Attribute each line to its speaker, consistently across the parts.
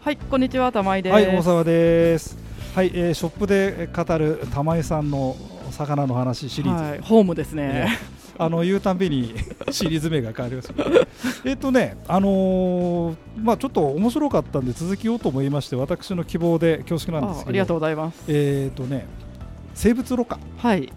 Speaker 1: はい、こんにちは、玉井です。
Speaker 2: はい、大沢です。はい、えーショップで語る玉井さんの魚の話シリーズ。
Speaker 1: はいホームです
Speaker 2: え
Speaker 1: ね。
Speaker 2: ーあの言うたん びにシリーズ名が変わりますけど。えっとね、あのーまあちょっと面白かったんで続きようと思いまして、私の希望で恐縮なんですけ
Speaker 1: あ
Speaker 2: ど。
Speaker 1: ありがとうございます。
Speaker 2: えっとね、生物ろ過。
Speaker 1: はい、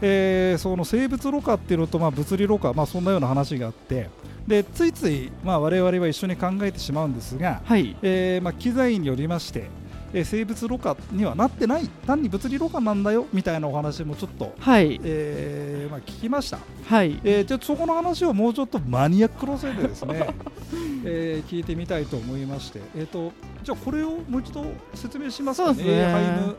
Speaker 2: えーその生物ろ過っていうのと、まあ、物理ろ過、まあ、そんなような話があってでついつい、まあ、我々は一緒に考えてしまうんですが、
Speaker 1: はい、
Speaker 2: えーまあ、機材によりまして、えー生物ろ過にはなってない単に物理ろ過なんだよみたいなお話もちょっと、
Speaker 1: はい、
Speaker 2: えーまあ、聞きました、
Speaker 1: はい、
Speaker 2: えーじゃあそこの話をもうちょっとマニアック路線でです ね、えー聞いてみたいと思いまして、えー、とじゃあこれをもう一度説明しますか
Speaker 1: そ
Speaker 2: ね
Speaker 1: うですね
Speaker 2: ハイム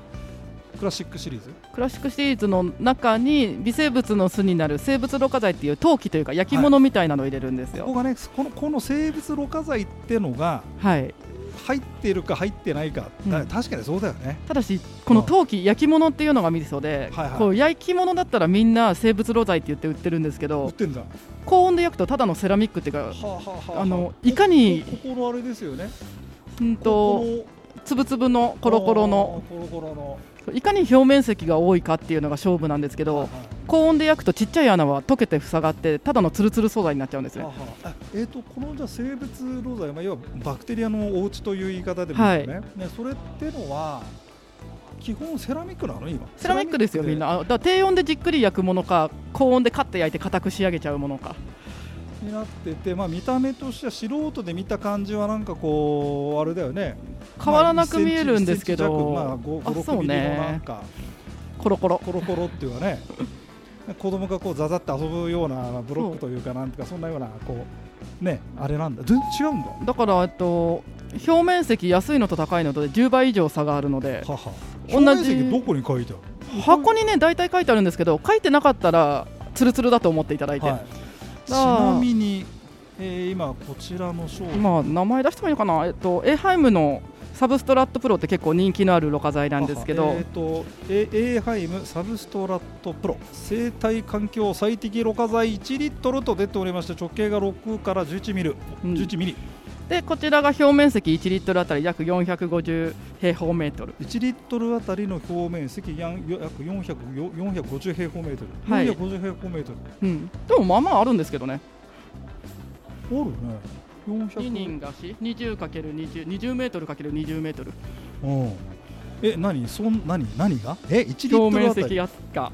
Speaker 2: クラシックシリーズ
Speaker 1: クラシックシリーズの中に微生物の巣になる生物ろ過剤っていう陶器というか焼き物みたいなのを入れるんです
Speaker 2: ここ
Speaker 1: よ。
Speaker 2: がねこのこの生物ろ過剤ってのが
Speaker 1: はい、
Speaker 2: 入ってるか入ってないか、だ
Speaker 1: うん
Speaker 2: 確かにそうだよね
Speaker 1: ただしこの陶器焼き物っていうのがミソで、
Speaker 2: はいはい
Speaker 1: こう焼き物だったらみんな生物ろ剤って言って売ってるんですけ
Speaker 2: 売っ
Speaker 1: ど
Speaker 2: てんだは
Speaker 1: 高温で焼くとただのセラミックっていうか
Speaker 2: あはあはあはあ
Speaker 1: あのいかに
Speaker 2: こここのあれですよね
Speaker 1: うんと
Speaker 2: こ
Speaker 1: 粒々のコ
Speaker 2: こ
Speaker 1: ロコロの
Speaker 2: あーコロコロの
Speaker 1: いかに表面積が多いかっていうのが勝負なんですけど
Speaker 2: はい
Speaker 1: 高温で焼くとちっちゃい穴は溶けて塞がってただのツルツル素材になっちゃうんです
Speaker 2: は
Speaker 1: ね
Speaker 2: あはあえっ、とこのじゃあ生物ロ剤まあいわばバクテリアのお家という言い方でもいいよね,、ねそれってのは基本セラミックなの今
Speaker 1: セラミックですよみんなあだから低温でじっくり焼くものか高温でカッて焼いて硬く仕上げちゃうものか
Speaker 2: になってて、まあ、見た目としては素人で見た感じはなんかこうあれだよね
Speaker 1: 変わらなく見えるんですけ
Speaker 2: まあ
Speaker 1: ど
Speaker 2: 1 cm
Speaker 1: あ
Speaker 2: 弱まあ、5 6
Speaker 1: そう
Speaker 2: ミリの
Speaker 1: ね
Speaker 2: なんか
Speaker 1: コロコロ
Speaker 2: コロコロっていうかね子供がこうザザって遊ぶようなブロックというかなんとかそんなようなこうねあれなんだ全然違うんだは
Speaker 1: だからえっと表面積安いのと高いのとで10倍以上差があるので
Speaker 2: は
Speaker 1: 同じ
Speaker 2: 表面積どこに書いてある
Speaker 1: 箱にね大体書いてあるんですけど書いてなかったらツルツルだと思っていただいて、
Speaker 2: はい、ちなみに、えー今こちらの商品
Speaker 1: まあ名前出してもいいのかな、えっと、エイハイムのサブストラットプロって結構人気のあるろ過剤なんですけ
Speaker 2: はは
Speaker 1: ど
Speaker 2: えー、とエエーハイムサブストラットプロ生態環境最適ろ過剤1リットルと出ておりまして直径が6から11ミリ、
Speaker 1: うん
Speaker 2: 11ミリ
Speaker 1: でこちらが表面積1リットルあたり約450平方メートル
Speaker 2: 1リットルあたりの表面積やん約400よ450平方メートル、
Speaker 1: はい
Speaker 2: 450平方メートル
Speaker 1: うんでもまあまああるんですけどね
Speaker 2: あるね400
Speaker 1: 2人がし 20×2020 メートル ×20 メートル
Speaker 2: うんえ何そん何何がえ1リット
Speaker 1: 表
Speaker 2: ル
Speaker 1: 面
Speaker 2: あた
Speaker 1: 積
Speaker 2: りあ
Speaker 1: やつか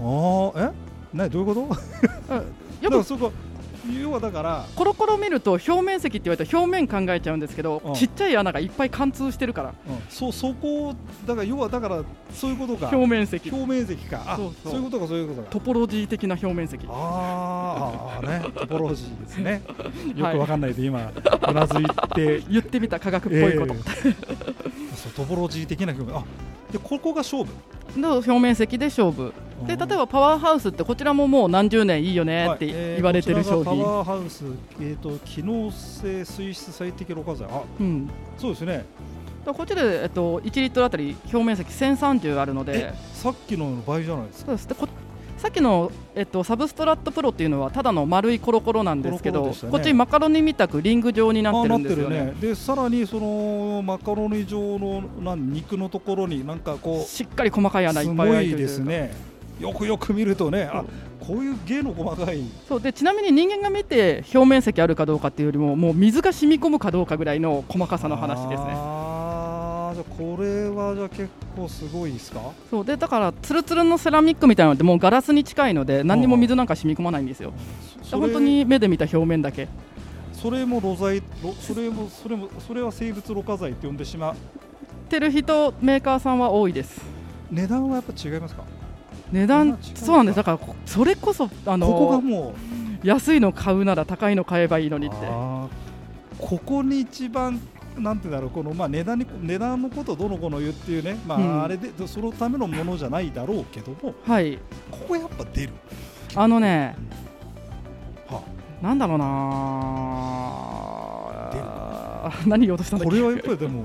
Speaker 2: あーえ何どういうこと
Speaker 1: や
Speaker 2: だ
Speaker 1: っ
Speaker 2: か
Speaker 1: ぱ
Speaker 2: らそこ要はだから
Speaker 1: コロコロ見ると表面積って言われたら表面考えちゃうんですけど
Speaker 2: うん
Speaker 1: ちっちゃい穴がいっぱい貫通してるから
Speaker 2: うん、そそこをだから要はだからそういうことか
Speaker 1: 表面積
Speaker 2: 表面積かあ
Speaker 1: そうそう
Speaker 2: いうことかそういうことか
Speaker 1: トポロジー的な表面積
Speaker 2: あーあーねトポロジーですね よ
Speaker 1: はい
Speaker 2: くわかんないで今うなずいて
Speaker 1: 言ってみた科学っぽいこと、
Speaker 2: えーそうトポロジー的な表面あでここが勝負
Speaker 1: の表面積で勝負で例え
Speaker 2: ば
Speaker 1: ばパワーハウスってこちらももう何十年いいよねって言われてる商
Speaker 2: パ
Speaker 1: 品、
Speaker 2: ワーハウス、えー、と機能性水質最適ろ過剤あ
Speaker 1: うん、だか
Speaker 2: そうですね
Speaker 1: らこっちらで、えっと、1リットルあたり表面積1030あるので
Speaker 2: えさっきのの倍じゃないですか
Speaker 1: そうですでこさっきの、えっと、サブストラットプロっていうのはただの丸いコロコロなんですけ
Speaker 2: コロコ
Speaker 1: ど、
Speaker 2: ロでしたね
Speaker 1: こっちマカロニみたくリング状になってるんですよ
Speaker 2: あな
Speaker 1: ね
Speaker 2: ってるでさらにそのマカロニ状のなん肉のところになんかこう
Speaker 1: しっかり細かい穴い
Speaker 2: す
Speaker 1: っぱい
Speaker 2: ご
Speaker 1: 開い
Speaker 2: い
Speaker 1: てるとい
Speaker 2: で
Speaker 1: うか
Speaker 2: すねよくよく見るとねあこういう芸の細かい
Speaker 1: そうでちなみに人間が見て表面積あるかどうかっていうよりももう水が染み込むかどうかぐらいの細かさの話ですね
Speaker 2: あーじゃあこれはじゃあ結構すごいですか
Speaker 1: そうでだからツルツルのセラミックみたいなのってもうガラスに近いので何にも水なんか染み込まないんですよ
Speaker 2: そ
Speaker 1: 本当
Speaker 2: それ
Speaker 1: に目で見た表面だけ
Speaker 2: それも露剤ろそれもそれもそれは生物ろ過剤って呼んでしまう
Speaker 1: てる人メーカーさんは多いです
Speaker 2: 値段はやっぱ違いますか
Speaker 1: 値
Speaker 2: あ違
Speaker 1: 段
Speaker 2: うか
Speaker 1: そうなんですだからこそれこそあの
Speaker 2: ここがもう
Speaker 1: 安いの買うなら高いの買えばいいのにって
Speaker 2: あーここに一番なんていうんだろうこのまあ値段に値段のことをどの子の言うっていうねまあ、
Speaker 1: うん
Speaker 2: あれでそのためのものじゃないだろうけども
Speaker 1: はい
Speaker 2: ここやっぱ出る
Speaker 1: あのね
Speaker 2: は
Speaker 1: なんだろうな何言おうとしたんだっ
Speaker 2: こ
Speaker 1: け
Speaker 2: れはやっぱりで も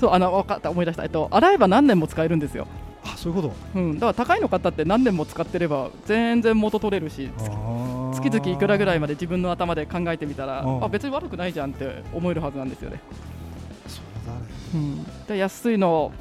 Speaker 1: そうあの分かった思い出した、えっと、洗えば何年も使えるんですよ、
Speaker 2: あそういうこと
Speaker 1: うん、だから高いの買ったって何年も使ってれば全然元取れるし
Speaker 2: あー
Speaker 1: 月々いくらぐらいまで自分の頭で考えてみたら
Speaker 2: うん
Speaker 1: あ別に悪くないじゃんって思えるはずなんですよね、
Speaker 2: そうだね
Speaker 1: うん、で安いの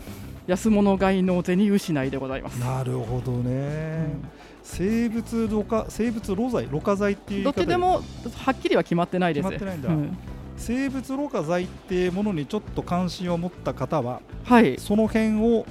Speaker 1: 安物買いの銭失いでございます
Speaker 2: なるほどね、
Speaker 1: うん
Speaker 2: 生物ろ過生物ろ剤ろ過剤っていう言い
Speaker 1: どっ
Speaker 2: 方
Speaker 1: ちでもはっきりは決まってないです
Speaker 2: 決まってないんだ
Speaker 1: うん
Speaker 2: 生物ろ過剤っていうものにちょっと関心を持った方は
Speaker 1: はい
Speaker 2: その辺を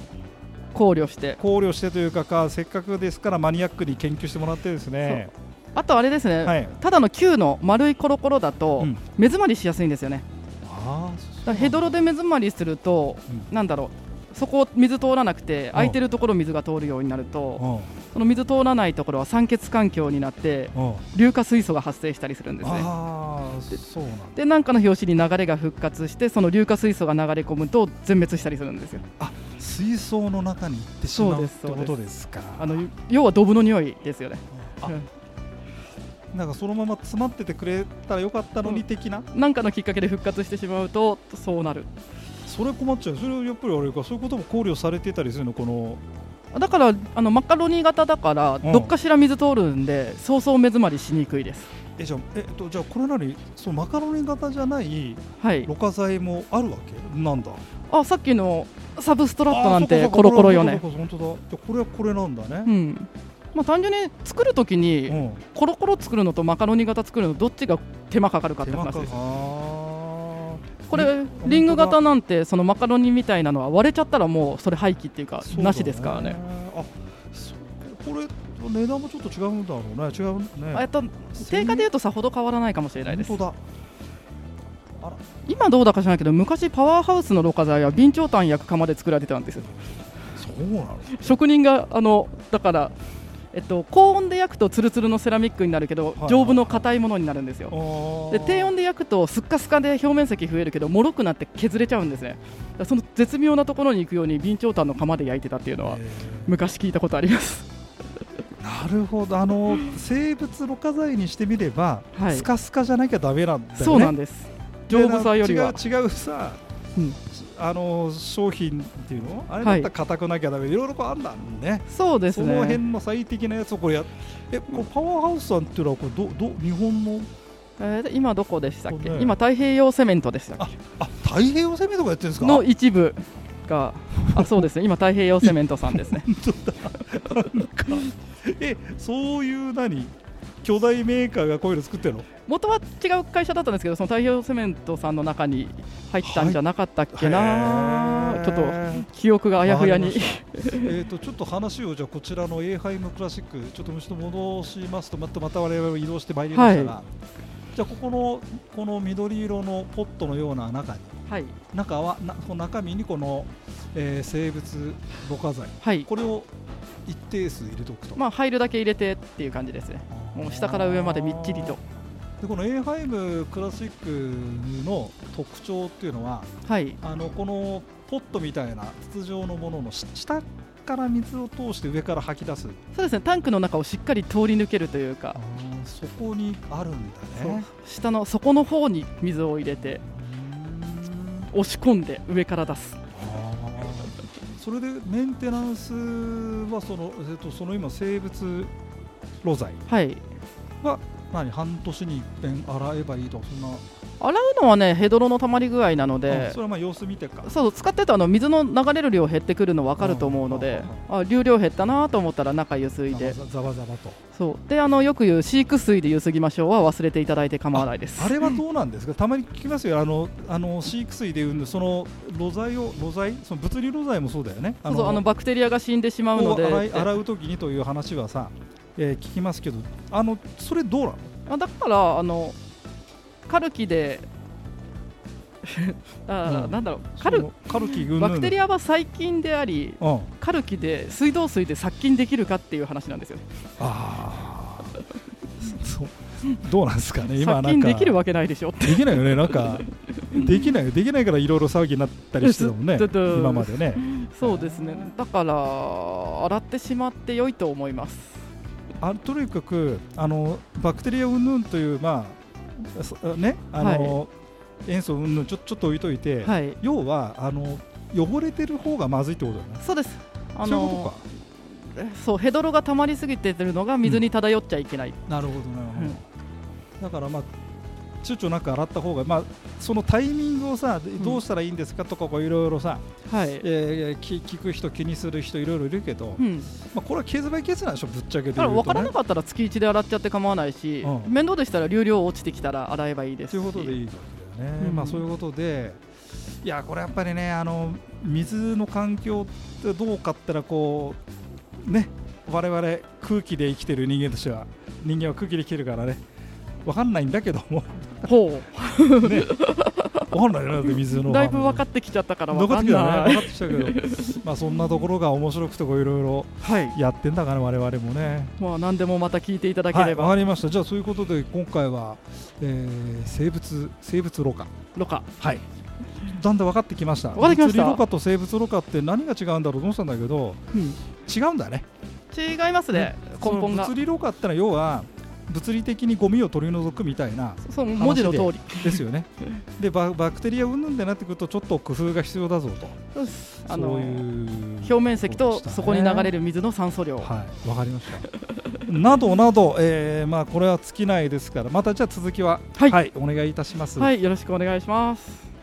Speaker 1: 考慮して
Speaker 2: 考慮してというかかせっかくですからマニアックに研究してもらってですね
Speaker 1: あとあれですね、
Speaker 2: はい
Speaker 1: ただの球の丸いコロコロだと、
Speaker 2: うん
Speaker 1: 目詰まりしやすいんですよね
Speaker 2: あーそう
Speaker 1: だからヘドロで目詰まりすると、
Speaker 2: う
Speaker 1: なんだろうそこ水通らなくて
Speaker 2: ん
Speaker 1: 空いてるところ水が通るようになると、
Speaker 2: うん
Speaker 1: その水通らないところは酸欠環境になって
Speaker 2: うん
Speaker 1: 硫化水素が発生したりするんですね
Speaker 2: ああそうなんだ
Speaker 1: で何かの拍子に流れが復活してその硫化水素が流れ込むと全滅したりするんですよ
Speaker 2: 水槽の中に行ってしま
Speaker 1: そう
Speaker 2: う
Speaker 1: で
Speaker 2: っ
Speaker 1: す
Speaker 2: てことですか
Speaker 1: あの要はドブの匂いですよね
Speaker 2: あ
Speaker 1: うん
Speaker 2: なんかそのまま詰まっててくれたらよかったの
Speaker 1: う
Speaker 2: に
Speaker 1: ん
Speaker 2: 的な、
Speaker 1: 何かのきっかけで復活してしまうとそうなる
Speaker 2: それ困っちゃうそれはやっぱりあれかそういうことも考慮されてたりするのこの
Speaker 1: だからあのマカロニ型だから
Speaker 2: うん
Speaker 1: どっかしら水通るんで、そうそう目詰まりしにくいです
Speaker 2: えじゃあえっとじゃあこれなりそのマカロニ型じゃない
Speaker 1: はい
Speaker 2: ろ過剤もあるわけなんだ
Speaker 1: あさっきのサブストラットなん
Speaker 2: あ
Speaker 1: て
Speaker 2: ー
Speaker 1: コロコロよね
Speaker 2: そうかそうかそうか本当だじゃあこれはこれなんだ
Speaker 1: う
Speaker 2: ね
Speaker 1: んまあ単純に作るとき
Speaker 2: う
Speaker 1: に
Speaker 2: ん
Speaker 1: コロコロ作るのとマカロニ型作るのどっちが手間かかるかって
Speaker 2: 手間
Speaker 1: 話
Speaker 2: か
Speaker 1: です
Speaker 2: あ
Speaker 1: これリング型なんてそのマカロニみたいなのは割れちゃったらもうそれ廃棄っていうか
Speaker 2: ー
Speaker 1: なしですからね
Speaker 2: そうだねあそうこれ値段もちょっと違うんだろうね違う
Speaker 1: あえっ
Speaker 2: ね
Speaker 1: と定価でいうとさほど変わらないかもしれないです
Speaker 2: 本当だ
Speaker 1: 今どうだか知らないけど昔パワーハウスのろ過剤は備長炭焼く釜で作られてたんですよ
Speaker 2: そうなの
Speaker 1: 職人があのだから、えっと、高温で焼くとツルツルのセラミックになるけど、
Speaker 2: はい
Speaker 1: 丈夫の硬いものになるんですよで低温で焼くとスッカスカで表面積増えるけどもろくなって削れちゃうんですねだからその絶妙なところに行くように備長炭の釜で焼いてたっていうのは
Speaker 2: え
Speaker 1: 昔聞いたことあり ます
Speaker 2: ーなるほどあの生物ろ過剤にしてみれば、
Speaker 1: はい
Speaker 2: スカスカじゃなきゃダメなんだよね
Speaker 1: そうなんです丈夫さよりは
Speaker 2: 違う違うさ、
Speaker 1: うん
Speaker 2: あの商品っていうのあれだったら硬くなきゃダメ、い、ろいろこうあんだんね
Speaker 1: そうです
Speaker 2: その辺
Speaker 1: ね、
Speaker 2: の最適なやつをこれやえこれパワーハウスさんっていうのはこれどど日本の
Speaker 1: えー今どこでしたっけ、
Speaker 2: ここね
Speaker 1: 今太平洋セメントでしたっ
Speaker 2: あ太平洋攻めとかやってるんです
Speaker 1: け
Speaker 2: か
Speaker 1: の一部があそうですね今太平洋セメントさんですね
Speaker 2: えそういう何巨大メーカーがこういうの作ってるの
Speaker 1: 元は違う会社だったんですけどその太平洋セメントさんの中に入ったんじゃなかったっけな、
Speaker 2: へー
Speaker 1: ちょっと記憶があやふやに
Speaker 2: わかりましたえ っとちょっと話をじゃあこちらのエーハイムクラシックちょっともう一度戻しますとまたまた我々を移動してまいりましたが、
Speaker 1: は
Speaker 2: じゃあここのこの緑色のポットのような中に
Speaker 1: はい
Speaker 2: 中はなこの中身にこの、えー生物ろ過剤
Speaker 1: はい
Speaker 2: これを一定数入れておくと、
Speaker 1: まあ入るだけ入れてっていう感じですねもう下から上までみっちりと
Speaker 2: でこのエーハイムクラシックの特徴っていうのは
Speaker 1: はい
Speaker 2: あのこのポットみたいな筒状のもののし下から水を通して上から吐き出す
Speaker 1: そうですねタンクの中をしっかり通り抜けるというか、
Speaker 2: そこにあるんだ
Speaker 1: そう
Speaker 2: ね
Speaker 1: 下の底の方に水を入れて押し込んで上から出す
Speaker 2: それでメンテナンスはその,、えっと、その今生物露剤
Speaker 1: はい
Speaker 2: 何半年に一遍洗えばいいとかそんな、
Speaker 1: 洗うのはねヘドロの溜まり具合なの
Speaker 2: あ
Speaker 1: で
Speaker 2: それはまあ様子見てか
Speaker 1: そう使ってたあの水の流れる量減ってくるの分かると思うので、あ流量減ったなと思ったら中ゆすいで
Speaker 2: ざざわざわと
Speaker 1: そうであのよく言う飼育水でゆすぎましょうは忘れていただいて構わないです
Speaker 2: あれはどうなんですか たまに聞きますよあのあの飼育水で産んでその露剤を露剤その物理露剤もそうだよね
Speaker 1: そうそうあのバクテリアが死んでしまうので
Speaker 2: を洗い洗う時にという話はさ、えー聞きますけどあのそれどうなの
Speaker 1: あだからあのカルキで あ、
Speaker 2: うん
Speaker 1: なんだろうカル
Speaker 2: そのカルキ群
Speaker 1: バクテリ
Speaker 2: ア、
Speaker 1: アは細菌であり
Speaker 2: うん、
Speaker 1: カルキで水道水で殺菌できるかっていう話なんですよ
Speaker 2: あーそうどうなんですかね今な
Speaker 1: 殺
Speaker 2: んか
Speaker 1: 菌できるわけないでしょって
Speaker 2: できないよねなんかできないよできないからいろいろ騒ぎになったりしてたもんね
Speaker 1: ずずっと
Speaker 2: 今までね
Speaker 1: そうですねだから洗ってしまって良いと思います
Speaker 2: あとにかくあのバクテリア云々というまあそねあの、塩素云々ちょちょっと置いといて、
Speaker 1: はい
Speaker 2: 要はあの汚れてる方がまずいってことだよね
Speaker 1: そうですあ
Speaker 2: そういうことか
Speaker 1: そうヘドロが溜まりすぎてるのが水に漂っちゃいけない、
Speaker 2: なるほどなるほど、だからまあ躊躇なく洗った方がまあそのタイミングをさどうしたらいいんですかとかこういろいろさ、
Speaker 1: はい、
Speaker 2: えーき聞く人気にする人いろいろいるけど、
Speaker 1: うん、
Speaker 2: まあ、これはケースバイケースなんでしょぶっちゃけ
Speaker 1: だ
Speaker 2: て
Speaker 1: から
Speaker 2: 言う
Speaker 1: 分
Speaker 2: と
Speaker 1: から
Speaker 2: ね
Speaker 1: な。かったら月1で洗っちゃって構わないし、
Speaker 2: うん
Speaker 1: 面倒でしたら流量落ちてきたら洗えばいいですし
Speaker 2: ということでいいわけだよね、
Speaker 1: うん
Speaker 2: まあ、そういうことでいやこれやっぱりねあの水の環境ってどうかって言ったらこうね我々空気で生きてる人間としては人間は空気で生きてるからね分かんないんだけど も
Speaker 1: ほ
Speaker 2: ね分かんないよねだって水
Speaker 1: う
Speaker 2: の
Speaker 1: だいぶ分か
Speaker 2: っ
Speaker 1: ってきちゃったから
Speaker 2: た
Speaker 1: 分
Speaker 2: 分か
Speaker 1: かんな
Speaker 2: ってきたね
Speaker 1: い、
Speaker 2: 分かってきたけどまあそんなところが面白くてこういろいろ
Speaker 1: はい
Speaker 2: やってんだから我々もね
Speaker 1: まあ、何でもまた聞いていただければ、
Speaker 2: はい、わかりましたじゃあそういうことで今回は、えー生物生物ろ過
Speaker 1: ろ過
Speaker 2: はいだんだん分かってきました
Speaker 1: 分かってきました
Speaker 2: 物理ろ過と生物ろ過って何が違うんだろうと思ってたんだけど違うんだね
Speaker 1: 違いますね、根本が
Speaker 2: その物理ろ過ってのは要は物理的にゴミを取り除くみたいな
Speaker 1: そう文字の通り
Speaker 2: ですよねでババクテリア云々ってなってくるとちょっと工夫が必要だぞと
Speaker 1: あの
Speaker 2: そういう
Speaker 1: 表面積とそこに流れ
Speaker 2: る
Speaker 1: る水の酸素量、
Speaker 2: はいわかりました などなど、えーまあ、これは尽きないですからまたじゃあ続きは
Speaker 1: はい
Speaker 2: お願いいたします、
Speaker 1: はい、よろしくお願いします。